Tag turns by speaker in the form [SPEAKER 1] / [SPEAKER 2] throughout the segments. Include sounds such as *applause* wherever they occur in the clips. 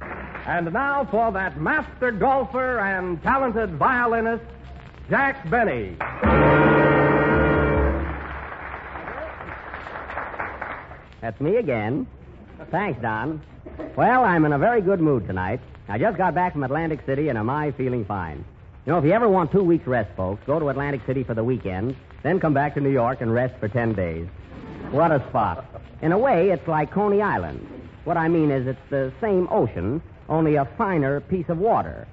[SPEAKER 1] And now for that master golfer and talented violinist, Jack Benny.
[SPEAKER 2] That's me again. Thanks, Don. Well, I'm in a very good mood tonight. I just got back from Atlantic City and am I feeling fine. You know, if you ever want two weeks rest, folks, go to Atlantic City for the weekend, then come back to New York and rest for ten days. What a spot. In a way, it's like Coney Island. What I mean is it's the same ocean, only a finer piece of water.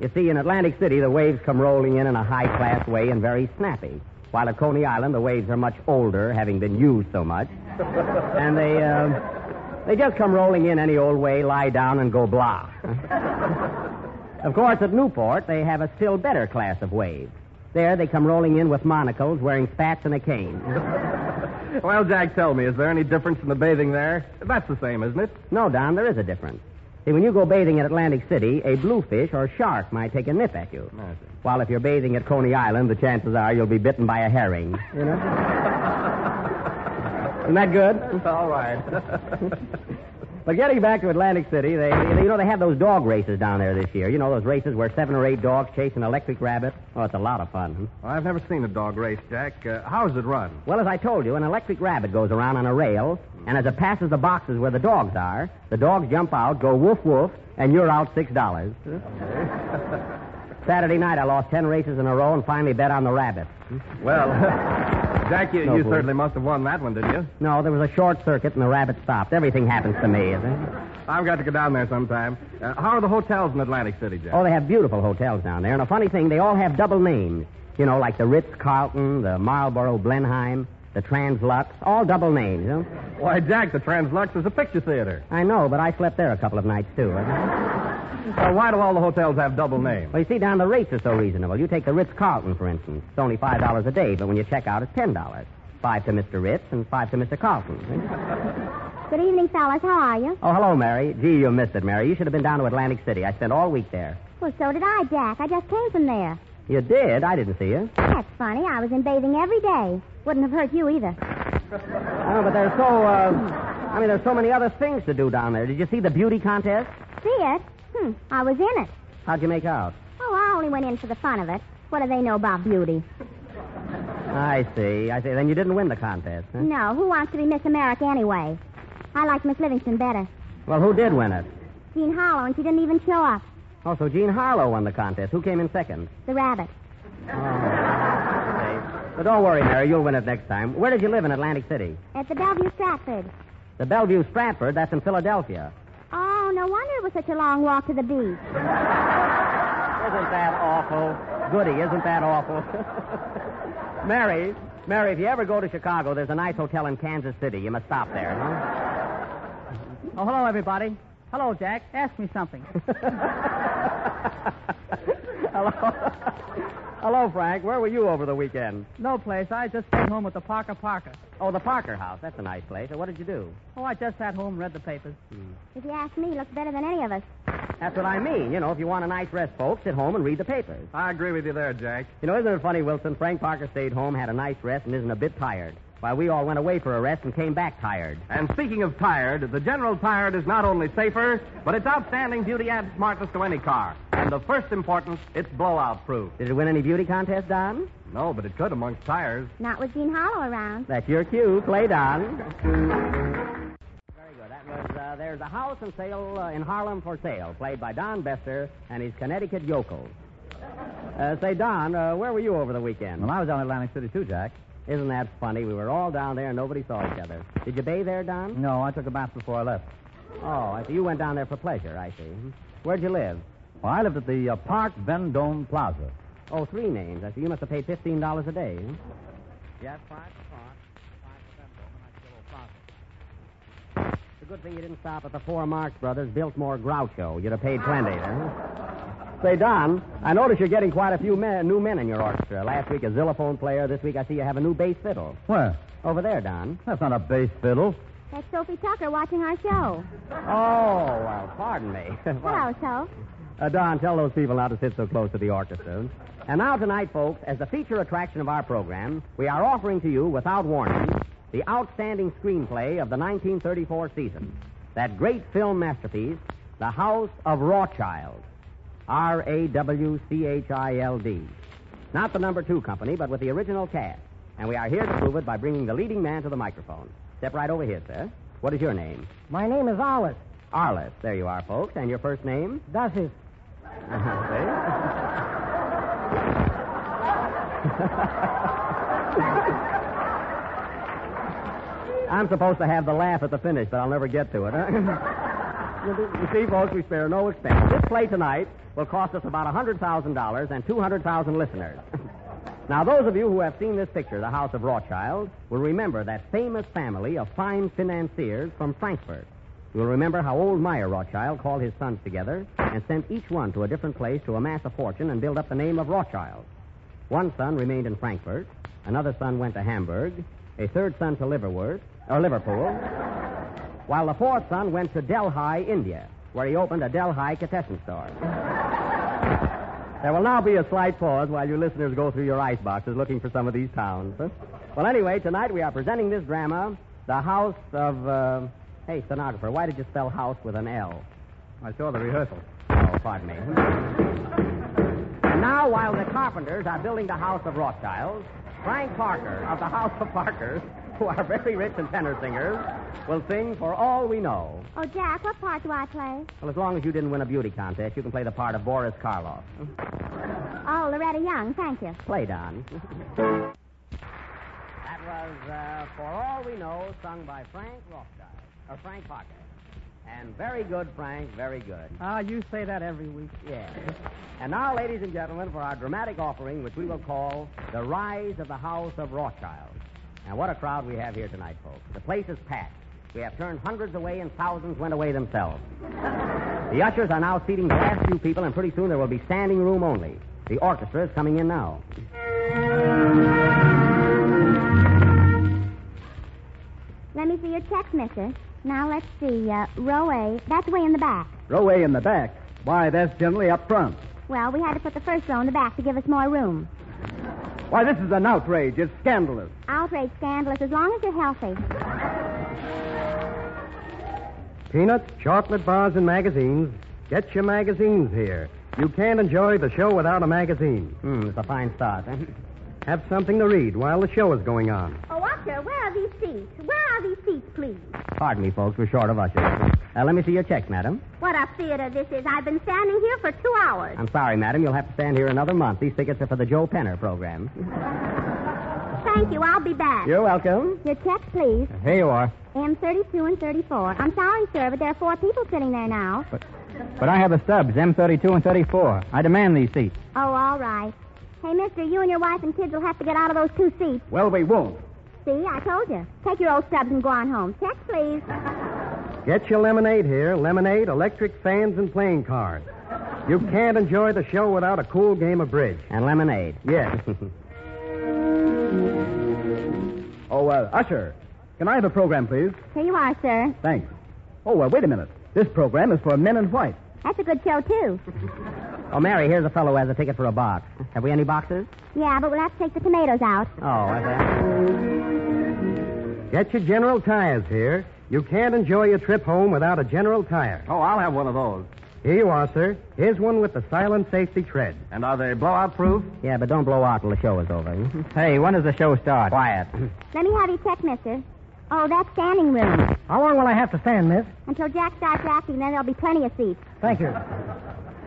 [SPEAKER 2] You see, in Atlantic City, the waves come rolling in in a high class way and very snappy. While at Coney Island, the waves are much older, having been used so much. And they, uh, they just come rolling in any old way, lie down, and go blah. of course, at Newport, they have a still better class of waves. There, they come rolling in with monocles, wearing spats and a cane.
[SPEAKER 1] Well, Jack, tell me, is there any difference in the bathing there? That's the same, isn't it?
[SPEAKER 2] No, Don, there is a difference. See, when you go bathing at Atlantic City, a bluefish or shark might take a nip at you. While if you're bathing at Coney Island, the chances are you'll be bitten by a herring. You know? Isn't that good?
[SPEAKER 1] *laughs* All right. *laughs*
[SPEAKER 2] But getting back to Atlantic City, they, they- you know, they have those dog races down there this year. You know, those races where seven or eight dogs chase an electric rabbit? Oh, it's a lot of fun. hmm?
[SPEAKER 1] I've never seen a dog race, Jack. Uh, how does it run?
[SPEAKER 2] Well, as I told you, an electric rabbit goes around on a rail, and as it passes the boxes where the dogs are, the dogs jump out, go woof woof, and you're out six dollars. Saturday night, I lost ten races in a row and finally bet on the rabbit.
[SPEAKER 1] Well, *laughs* Jack, you,
[SPEAKER 2] No,
[SPEAKER 1] you
[SPEAKER 2] boy.
[SPEAKER 1] certainly must have won that one, did you?
[SPEAKER 2] No, there was a short circuit and the rabbit stopped. Everything happens to me. Is it?
[SPEAKER 1] I've got to go down there sometime. Uh, how are the hotels in Atlantic City, Jack?
[SPEAKER 2] Oh, they have beautiful hotels down there, and a funny thing, they all have double names. You know, like the Ritz Carlton, the Marlboro Blenheim, the Translux, all double names. You know?
[SPEAKER 1] Why, Jack, the Translux is a picture theater.
[SPEAKER 2] I know, but I slept there a couple of nights too.
[SPEAKER 1] Well, Uh, why do all the hotels have double names?
[SPEAKER 2] Well, you see, down the rates are so reasonable. You take the Ritz Carlton, for instance. It's only five dollars a day, but when you check out, it's ten dollars. Five to Mr. Ritz and five to Mr. Carlton.
[SPEAKER 3] Good evening, fellas. How are you?
[SPEAKER 2] Oh, hello, Mary. Gee, you missed it, Mary. You should have been down to Atlantic City. I spent all week there.
[SPEAKER 3] Well, so did I, Jack. I just came from there.
[SPEAKER 2] You did? I didn't see you.
[SPEAKER 3] That's funny. I was in bathing every day. Wouldn't have hurt you either.
[SPEAKER 2] Oh, but there's so, uh, I mean, there's so many other things to do down there. Did you see the beauty contest?
[SPEAKER 3] See it? Hmm. I was in it.
[SPEAKER 2] How'd you make out?
[SPEAKER 3] Oh, I only went in for the fun of it. What do they know about beauty?
[SPEAKER 2] I see. I see. Then you didn't win the contest. Huh?
[SPEAKER 3] No, who wants to be Miss America anyway? I liked Miss Livingston better.
[SPEAKER 2] Well, who did win it?
[SPEAKER 3] Jean Harlow, and she didn't even show up.
[SPEAKER 2] Oh, so Jean Harlow won the contest. Who came in second?
[SPEAKER 3] The rabbit.
[SPEAKER 2] But don't worry, Mary. You'll win it next time. Where did you live in Atlantic City?
[SPEAKER 3] At the Bellevue Stratford.
[SPEAKER 2] The Bellevue Stratford, that's in Philadelphia.
[SPEAKER 3] Oh, no wonder it was such a long walk to the beach.
[SPEAKER 2] Isn't that awful? Goody, isn't that awful? *laughs* Mary, Mary, if you ever go to Chicago, there's a nice hotel in Kansas City. You must stop there, huh? *laughs*
[SPEAKER 4] Oh, hello, everybody. Hello, Jack. Ask me *laughs* something.
[SPEAKER 2] Hello. Hello, Frank. Where were you over the weekend?
[SPEAKER 4] No place. I just came home with the Parker Parker.
[SPEAKER 2] Oh, the Parker House. That's a nice place. What did you do?
[SPEAKER 4] Oh, I just sat home and read the papers.
[SPEAKER 3] If you ask me, it looks better than any of us.
[SPEAKER 2] That's what I mean. You know, if you want a nice rest, folks, sit home and read the papers.
[SPEAKER 1] I agree with you there, Jack.
[SPEAKER 2] You know, isn't it funny, Wilson? Frank Parker stayed home, had a nice rest, and isn't a bit tired. While we all went away for a rest and came back tired.
[SPEAKER 1] And speaking of tired, the General Tired is not only safer, but its outstanding beauty adds smartness to any car. And of first importance, it's blowout proof.
[SPEAKER 2] Did it win any beauty contest, Don?
[SPEAKER 1] No, but it could amongst tires.
[SPEAKER 3] Not with Jean Harlow around.
[SPEAKER 2] That's your cue. Play, Don. Very good. That was uh, There's a House and Sale uh, in Harlem for Sale, played by Don Bester and his Connecticut yokels. Uh, say, Don, uh, where were you over the weekend?
[SPEAKER 5] Well, I was down in Atlantic City too, Jack.
[SPEAKER 2] Isn't that funny? We were all down there and nobody saw each other. Did you bathe there, Don?
[SPEAKER 1] Mm.
[SPEAKER 5] No, I took a bath before I left.
[SPEAKER 2] Oh, I see. You went down there for pleasure, I see. Where'd you live?
[SPEAKER 5] Well, I lived at the uh, Park Vendome Plaza.
[SPEAKER 2] Oh, three names. I see. You must have paid $15 a day. huh?
[SPEAKER 5] Yes, five o'clock.
[SPEAKER 2] It's a good thing you didn't stop at the Four Marx Brothers Biltmore Groucho. You'd have paid plenty. Huh? Say, Don, I notice you're getting quite a few men, new men in your orchestra. Last week a xylophone player. This week I see you have a new bass fiddle.
[SPEAKER 5] Where?
[SPEAKER 2] Over there, Don.
[SPEAKER 5] That's not a bass fiddle.
[SPEAKER 3] That's Sophie Tucker watching our show.
[SPEAKER 2] Oh, well, pardon me. *laughs*
[SPEAKER 3] Hello, so.
[SPEAKER 2] Uh, Don, tell those people not to sit so close to the orchestra. And now tonight, folks, as the feature attraction of our program, we are offering to you, without warning, the outstanding screenplay of the 1934 season. That great film masterpiece, The House of Rawchild. R A W C H I L D. Not the number two company, but with the original cast. And we are here to prove it by bringing the leading man to the microphone. Step right over here, sir. What is your name?
[SPEAKER 4] My name is Alice.
[SPEAKER 2] Arliss. There you are, folks. And your first name?
[SPEAKER 4] That's it.
[SPEAKER 2] *laughs* See? I'm supposed to have the laugh at the finish, but I'll never get to it. huh? *laughs* you you see, folks, we spare no expense. This play tonight will cost us about $100,000 and 200,000 listeners. *laughs* now, those of you who have seen this picture, The House of Rothschild, will remember that famous family of fine financiers from Frankfurt. You'll remember how old Meyer Rothschild called his sons together and sent each one to a different place to amass a fortune and build up the name of Rothschild. One son remained in Frankfurt. Another son went to Hamburg. A third son to Liverworth, or Liverpool. while the fourth son went to Delhi, India, where he opened a Delhi Catessen store. there will now be a slight pause while you listeners go through your ice boxes looking for some of these towns. huh? Well, anyway, tonight we are presenting this drama, The House of. Uh... Hey, stenographer, why did you spell house with an L?
[SPEAKER 5] I saw the rehearsal.
[SPEAKER 2] Oh, pardon me. And now, while the carpenters are building the house of Rothschilds, Frank Parker of the House of Parkers, who are very rich and tenor singers, will sing for all we know.
[SPEAKER 3] Oh, Jack, what part do I play?
[SPEAKER 2] Well, as long as you didn't win a beauty contest, you can play the part of Boris Karloff.
[SPEAKER 3] Oh, Loretta Young, thank you.
[SPEAKER 2] Play, Don. that was uh, For All We Know, sung by Frank Rothschild, or Frank Parker. And very good, Frank, very good.
[SPEAKER 4] Ah, you say that every week.
[SPEAKER 2] Yes. And now, ladies and gentlemen, for our dramatic offering, which we will call The Rise of the House of Rothschild. And what a crowd we have here tonight, folks. The place is packed. We have turned hundreds away and thousands went away themselves. the ushers are now seating the last few people, and pretty soon there will be standing room only. The orchestra is coming in now.
[SPEAKER 3] Let me see your checks, mister. Now, let's see. Uh, row A, that's way in the back.
[SPEAKER 5] Row A in the back. Why, that's generally up front.
[SPEAKER 3] Well, we had to put the first row in the back to give us more room.
[SPEAKER 5] Why, this is an outrage. It's scandalous.
[SPEAKER 3] Outrage scandalous as long as you're healthy.
[SPEAKER 6] Peanuts, chocolate bars, and magazines. Get your magazines here. You can't enjoy the show without a magazine.
[SPEAKER 2] Hmm, it's a fine start.
[SPEAKER 6] Have something to read while the show is going on.
[SPEAKER 3] Oh, Usher, where are these seats? Where are these seats, please?
[SPEAKER 2] Pardon me, folks, we're short of ushers. Uh, let me see your checks, madam.
[SPEAKER 3] What a theater this is. I've been standing here for two hours.
[SPEAKER 2] I'm sorry, madam, you'll have to stand here another month. These tickets are for the Joe Penner program.
[SPEAKER 3] Thank you. I'll be back.
[SPEAKER 2] You're welcome.
[SPEAKER 3] Your checks, please.
[SPEAKER 2] Here you are.
[SPEAKER 3] M32 and 34. I'm sorry, sir, but there are four people sitting there now.
[SPEAKER 5] But I have the stubs, M32 and 34. I demand these seats.
[SPEAKER 3] Oh, all right. Hey, mister, you and your wife and kids will have to get out of those two seats.
[SPEAKER 5] Well, we won't.
[SPEAKER 3] See, I told you. Take your old stubs and go on home. Checks, please.
[SPEAKER 6] Get your lemonade here lemonade, electric fans, and playing cards. You can't enjoy the show without a cool game of bridge.
[SPEAKER 2] And lemonade. *laughs*
[SPEAKER 6] Yes.
[SPEAKER 5] Oh, uh, Usher, can I have a program, please?
[SPEAKER 3] Here you are, sir.
[SPEAKER 5] Thanks. Oh, uh, wait a minute. This program is for men in white.
[SPEAKER 3] That's a good show, too.
[SPEAKER 2] Oh, Mary, here's a fellow who has a ticket for a box. Have we any boxes?
[SPEAKER 3] Yeah, but we'll have to take the tomatoes out.
[SPEAKER 2] Oh, okay.
[SPEAKER 6] Get your general tires here. You can't enjoy your trip home without a general tire.
[SPEAKER 1] Oh, I'll have one of those.
[SPEAKER 6] Here you are, sir. Here's one with the silent safety tread.
[SPEAKER 1] And are they blowout proof?
[SPEAKER 2] Yeah, but don't blow out till the show is over. *laughs*
[SPEAKER 5] Hey, when does the show start?
[SPEAKER 2] Quiet.
[SPEAKER 3] Let me have your check, mister. Oh, that's standing room.
[SPEAKER 4] How long will I have to stand, miss?
[SPEAKER 3] Until Jack starts acting, then there'll be plenty of seats.
[SPEAKER 4] Thank you.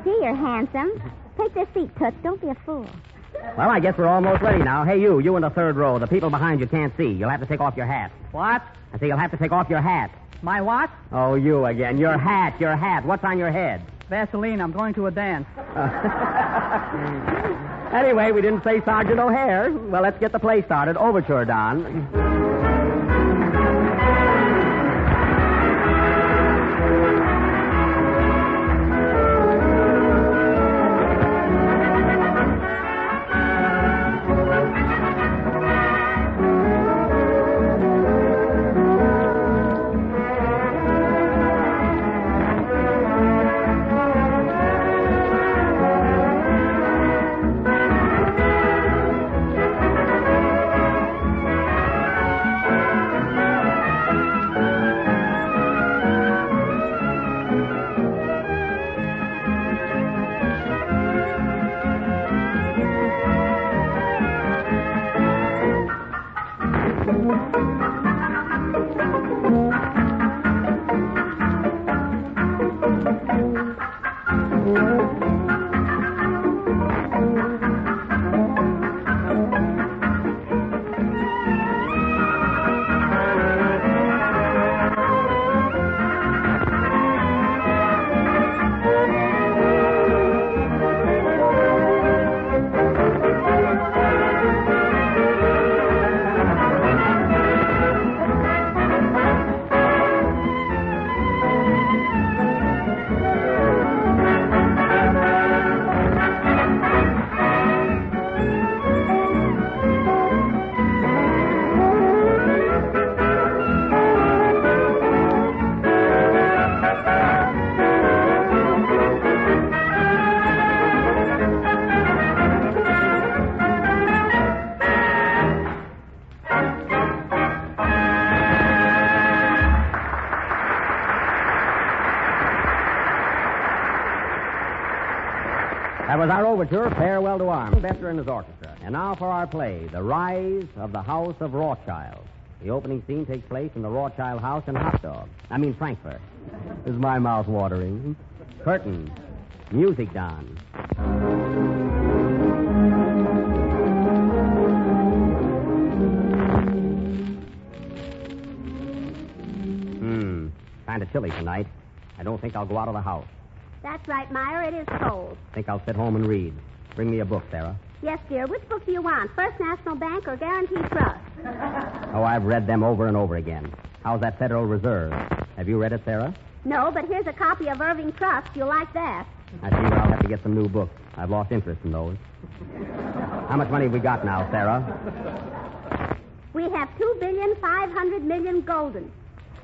[SPEAKER 3] Gee, you're handsome. Take this seat, Toots. Don't be a fool.
[SPEAKER 2] Well, I guess we're almost ready now. Hey, you, you in the third row. The people behind you can't see. You'll have to take off your hat.
[SPEAKER 4] What?
[SPEAKER 2] I say you'll have to take off your hat.
[SPEAKER 4] My what?
[SPEAKER 2] Oh, you again. Your hat, your hat. What's on your head? *laughs*
[SPEAKER 4] Vaseline, I'm going to a *laughs* dance.
[SPEAKER 2] Anyway, we didn't say Sergeant O'Hare. Well, let's get the play started. Overture, Don. our overture, Farewell to Arms, Bester and his orchestra. And now for our play, The Rise of the House of Rothschild. The opening scene takes place in the Rothschild house in Hot Dog. I mean, Frankfurt. Is my mouth watering? Curtain. Music, Don. Hmm. Kind of chilly tonight. I don't think I'll go out of the house.
[SPEAKER 3] That's right, Meyer. It is cold.
[SPEAKER 2] Think I'll sit home and read. Bring me a book, Sarah.
[SPEAKER 3] Yes, dear. Which book do you want? First National Bank or Guarantee Trust?
[SPEAKER 2] Oh, I've read them over and over again. How's that Federal Reserve? Have you read it, Sarah?
[SPEAKER 3] No, but here's a copy of Irving Trust. You'll like that.
[SPEAKER 2] I see I'll have to get some new books. I've lost interest in those. How much money have we got now, Sarah?
[SPEAKER 3] We have two billion five hundred million golden,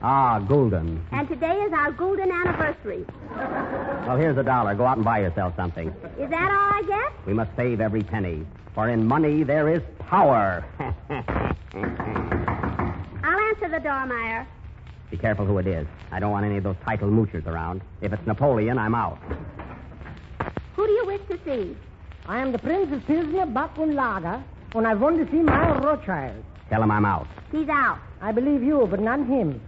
[SPEAKER 2] Ah, golden.
[SPEAKER 3] and today is our golden anniversary.
[SPEAKER 2] Well, here's a dollar. Go out and buy yourself something.
[SPEAKER 3] Is that all I get?
[SPEAKER 2] We must save every penny, for in money there is power. *laughs*
[SPEAKER 3] I'll answer the door, Meyer.
[SPEAKER 2] Be careful who it is. I don't want any of those titled moochers around. If it's Napoleon, I'm out.
[SPEAKER 3] Who do you wish to see?
[SPEAKER 4] I am the Prince of Pilsner, Buck and Lager, and I want to see Meyer Rothschild.
[SPEAKER 2] Tell him I'm out.
[SPEAKER 3] He's out.
[SPEAKER 4] I believe you, but not him.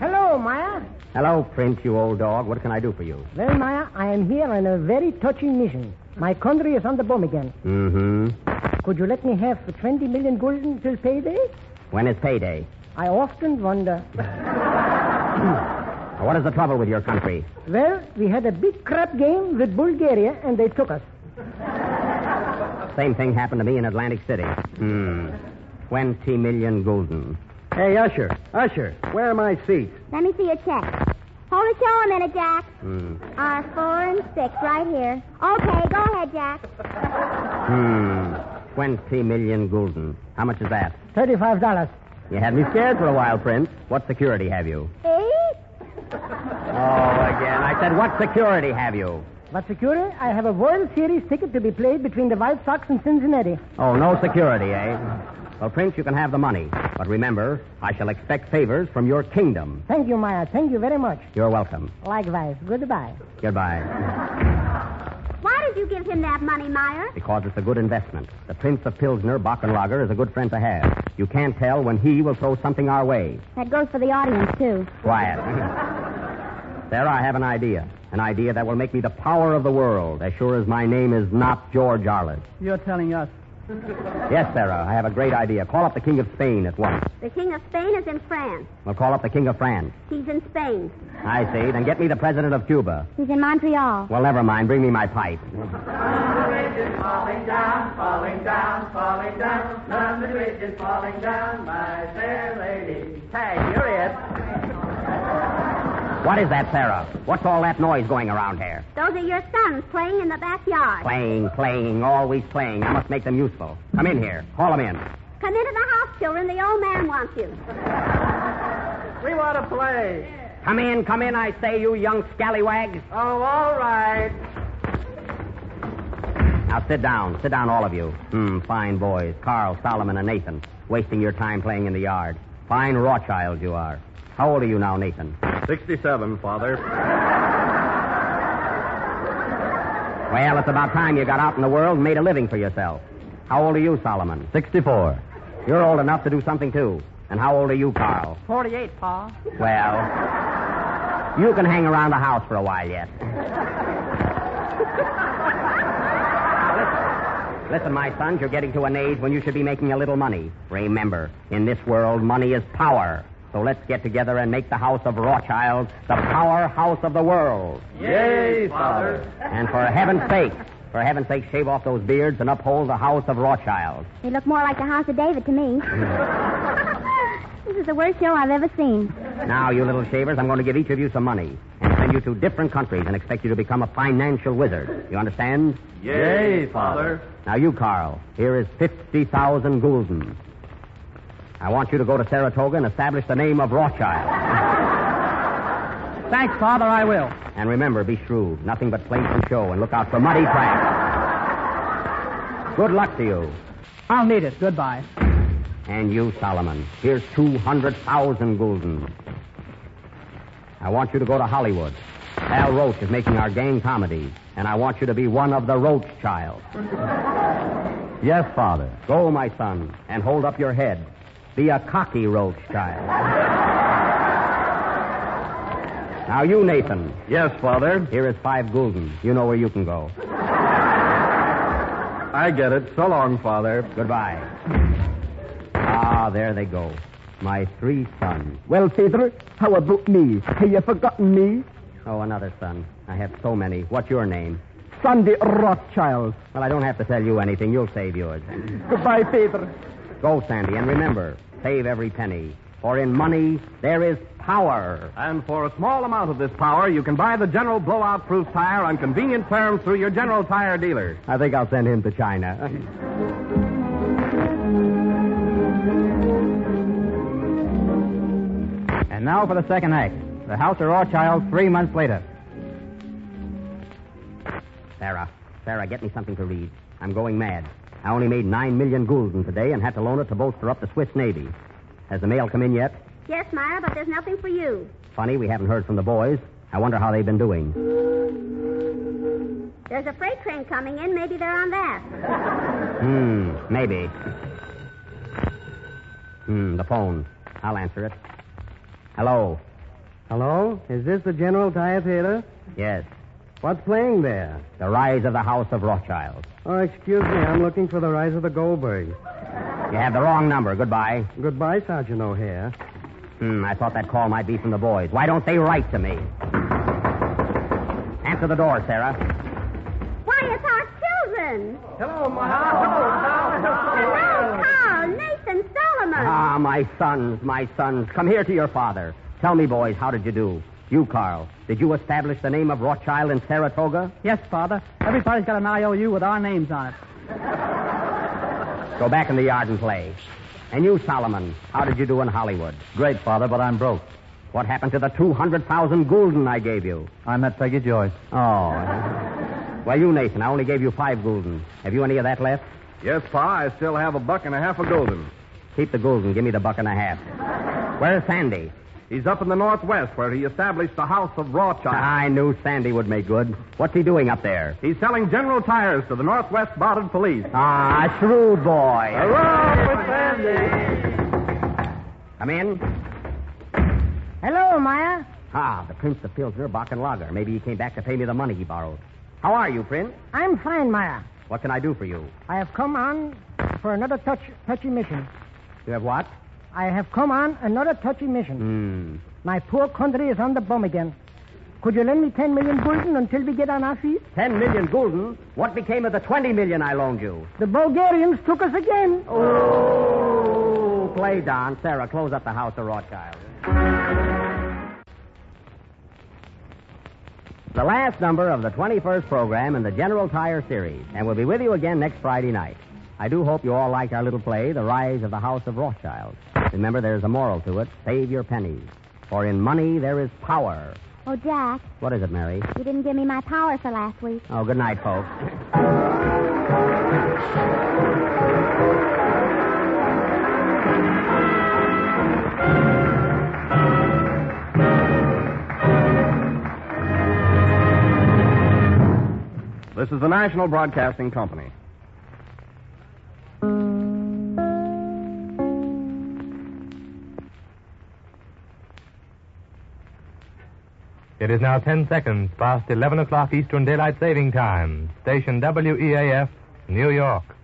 [SPEAKER 4] Hello, Meyer.
[SPEAKER 2] Hello, Prince, you old dog. What can I do for you?
[SPEAKER 4] Well, Meyer, I am here on a very touching mission. My country is on the bomb again.
[SPEAKER 2] Mm-hmm.
[SPEAKER 4] Could you let me have 20 million gulden till payday?
[SPEAKER 2] When is payday?
[SPEAKER 4] I often wonder.
[SPEAKER 2] What is the trouble with your country?
[SPEAKER 4] Well, we had a big crap game with Bulgaria, and they took us.
[SPEAKER 2] Same thing happened to me in Atlantic City. Hmm. Twenty million golden.
[SPEAKER 6] Hey, Usher, Usher, where are my seats?
[SPEAKER 3] Let me see your check. Hold it show a minute, Jack.
[SPEAKER 2] Hmm.
[SPEAKER 3] Are four and six right here. Okay, go ahead, Jack.
[SPEAKER 2] Hmm. Twenty million golden. How much is that?
[SPEAKER 4] $35.
[SPEAKER 2] You had me scared for a while, Prince. What security have you?
[SPEAKER 3] Eight?
[SPEAKER 2] Oh, again. I said, what security have you?
[SPEAKER 4] But security, I have a World Series ticket to be played between the White Sox and Cincinnati.
[SPEAKER 2] Oh, no security, eh? Well, Prince, you can have the money. But remember, I shall expect favors from your kingdom.
[SPEAKER 4] Thank you, Maya. Thank you very much.
[SPEAKER 2] You're welcome.
[SPEAKER 4] Likewise. Goodbye.
[SPEAKER 2] Goodbye.
[SPEAKER 3] Why did you give him that money, Meyer?
[SPEAKER 2] Because it's a good investment. The Prince of Pilsner, Bachenlager, is a good friend to have. You can't tell when he will throw something our way.
[SPEAKER 3] That goes for the audience, too.
[SPEAKER 2] Quiet. Sarah, I have an idea. An idea that will make me the power of the world, as sure as my name is not George Arliss.
[SPEAKER 4] You're telling us.
[SPEAKER 2] Yes, Sarah, I have a great idea. Call up the King of Spain at once.
[SPEAKER 3] The King of Spain is in France.
[SPEAKER 2] We'll call up the King of France.
[SPEAKER 3] He's in Spain.
[SPEAKER 2] I see. Then get me the President of Cuba.
[SPEAKER 3] He's in Montreal.
[SPEAKER 2] Well, never mind. Bring me my pipe. What is that, Sarah? What's all that noise going around here?
[SPEAKER 3] Those are your sons playing in the backyard.
[SPEAKER 2] Playing, playing, always playing. I must make them useful. Come in here. Call them in.
[SPEAKER 3] Come into the house, children. The old man wants you.
[SPEAKER 7] We want to play.
[SPEAKER 2] Come in, come in, I say, you young scallywags.
[SPEAKER 7] Oh, all right.
[SPEAKER 2] Now sit down. Sit down, all of you. Hmm, fine boys. Carl, Solomon, and Nathan. Wasting your time playing in the yard. Fine Rothschild you are. How old are you now, Nathan?
[SPEAKER 1] 67, Father.
[SPEAKER 2] Well, it's about time you got out in the world and made a living for yourself. How old are you, Solomon?
[SPEAKER 6] 64.
[SPEAKER 2] You're old enough to do something, too. And how old are you, Carl?
[SPEAKER 4] 48, Pa.
[SPEAKER 2] Well, you can hang around the house for a while yet. Now, listen. Listen, my sons, you're getting to an age when you should be making a little money. Remember, in this world, money is power. So let's get together and make the house of Rothschild the powerhouse of the world.
[SPEAKER 7] Yay, Father.
[SPEAKER 2] And for heaven's sake, for heaven's sake, shave off those beards and uphold the house of Rothschild.
[SPEAKER 3] They look more like the House of David to *laughs* me. this is the worst show I've ever seen.
[SPEAKER 2] Now, you little shavers, I'm going to give each of you some money and send you to different countries and expect you to become a financial wizard. You understand?
[SPEAKER 7] Yay, Father.
[SPEAKER 2] Now, you, Carl, here is 50,000 gulden. I want you to go to Saratoga and establish the name of Rothschild.
[SPEAKER 4] Thanks, Father. I will.
[SPEAKER 2] And remember, be shrewd. Nothing but place and show, and look out for muddy tracks. Good luck to you.
[SPEAKER 4] I'll need it. Goodbye.
[SPEAKER 2] And you, Solomon, here's 200,000 gulden. I want you to go to Hollywood. Al Roach is making our gang comedy, and I want you to be one of the Roach child.
[SPEAKER 5] Yes, Father.
[SPEAKER 2] Go, my son, and hold up your head. Be a cocky roach child. now you, Nathan.
[SPEAKER 1] Yes, Father.
[SPEAKER 2] Here is five gulden. You know where you can go.
[SPEAKER 1] I get it. So long, Father.
[SPEAKER 2] Goodbye. Ah, there they go. My three sons.
[SPEAKER 5] Well, Father, how about me? Have you forgotten me?
[SPEAKER 2] Oh, another son. I have so many. What's your name?
[SPEAKER 5] Sandy Rothschild.
[SPEAKER 2] Well, I don't have to tell you anything. You'll save yours.
[SPEAKER 5] Goodbye, Father.
[SPEAKER 2] Go, Sandy, and remember, save every penny. For in money, there is power.
[SPEAKER 1] And for a small amount of this power, you can buy the General Blowout Proof Tire on convenient terms through your General Tire dealer.
[SPEAKER 2] I think I'll send him to China. *laughs*
[SPEAKER 5] And now for the second act. The House of Rothschild three months later.
[SPEAKER 2] Sarah, Sarah, get me something to read. I'm going mad. I only made nine million gulden today and had to loan it to bolster up the Swiss Navy. Has the mail come in yet?
[SPEAKER 3] Yes, Myra, but there's nothing for you.
[SPEAKER 2] Funny, we haven't heard from the boys. I wonder how they've been doing.
[SPEAKER 3] There's a freight train coming in. Maybe they're on that.
[SPEAKER 2] Hmm, maybe. Hmm, the phone. I'll answer it. Hello.
[SPEAKER 6] Hello? Is this the General Tire Theater?
[SPEAKER 2] Yes,
[SPEAKER 6] What's playing there?
[SPEAKER 2] the rise of the House of Rothschild.
[SPEAKER 6] Oh, excuse me. I'm looking for the rise of the Goldberg.
[SPEAKER 2] You have the wrong number. Goodbye.
[SPEAKER 6] Goodbye, Sergeant O'Hare.
[SPEAKER 2] Hmm, I thought that call might be from the boys. Why don't they write to me? Answer the door, Sarah.
[SPEAKER 3] Why, it's our children.
[SPEAKER 7] Hello, my Hello,
[SPEAKER 3] Hello, Carl, Nathan, Solomon.
[SPEAKER 2] Ah, my sons, my sons, come here to your father. Tell me, boys, how did you do? You, Carl, did you establish the name of Rothschild in Saratoga?
[SPEAKER 4] Yes, Father. Everybody's got an IOU with our names on it.
[SPEAKER 2] Go back in the yard and play. And you, Solomon, how did you do in Hollywood?
[SPEAKER 5] Great, Father, but I'm broke.
[SPEAKER 2] What happened to the 200,000 gulden I gave you?
[SPEAKER 5] I'm at Peggy Joyce.
[SPEAKER 2] Oh. well, you, Nathan, I only gave you five gulden. Have you any of that left?
[SPEAKER 1] Yes, Pa, I still have a buck and a half of golden.
[SPEAKER 2] Keep the gulden. Give me the buck and a half. Where's Sandy?
[SPEAKER 1] He's up in the Northwest where he established the House of
[SPEAKER 5] Ah.
[SPEAKER 1] Rothschild.
[SPEAKER 2] I knew Sandy would make good. What's he doing up there?
[SPEAKER 1] He's selling General Tires to the Northwest Botted Police.
[SPEAKER 2] Ah, shrewd boy.
[SPEAKER 7] Hello,
[SPEAKER 2] Come in.
[SPEAKER 4] Hello, Maya.
[SPEAKER 2] Ah, the Prince of Pilsner, Bach and Lager. Maybe he came back to pay me the money he borrowed. How are you, Prince?
[SPEAKER 4] I'm fine, Maya.
[SPEAKER 2] What can I do for you?
[SPEAKER 4] I have come on for another touch, touchy mission.
[SPEAKER 2] You have what?
[SPEAKER 4] I have come on another touchy mission.
[SPEAKER 2] Hmm.
[SPEAKER 4] My poor country is on the bum again. Could you lend me 10 million gulden until we get on our feet?
[SPEAKER 2] Ten million gulden? What became of the twenty million I loaned you?
[SPEAKER 4] The Bulgarians took us again.
[SPEAKER 2] Oh, play, Don. Sarah, close up the house of Rothschild. The last number of the 21st program in the General Tire series, and we'll be with you again next Friday night. I do hope you all liked our little play, The Rise of the House of Rothschild. Remember, there's a moral to it save your pennies, for in money there is power.
[SPEAKER 3] Oh, Jack,
[SPEAKER 2] What is it, Mary?
[SPEAKER 3] you didn't give me my power for last week.
[SPEAKER 2] Oh, good night, folks.
[SPEAKER 1] This is the National Broadcasting Company.
[SPEAKER 8] It is now 10 seconds past 11 o'clock Eastern Daylight Saving Time. Station WEAF, E New York.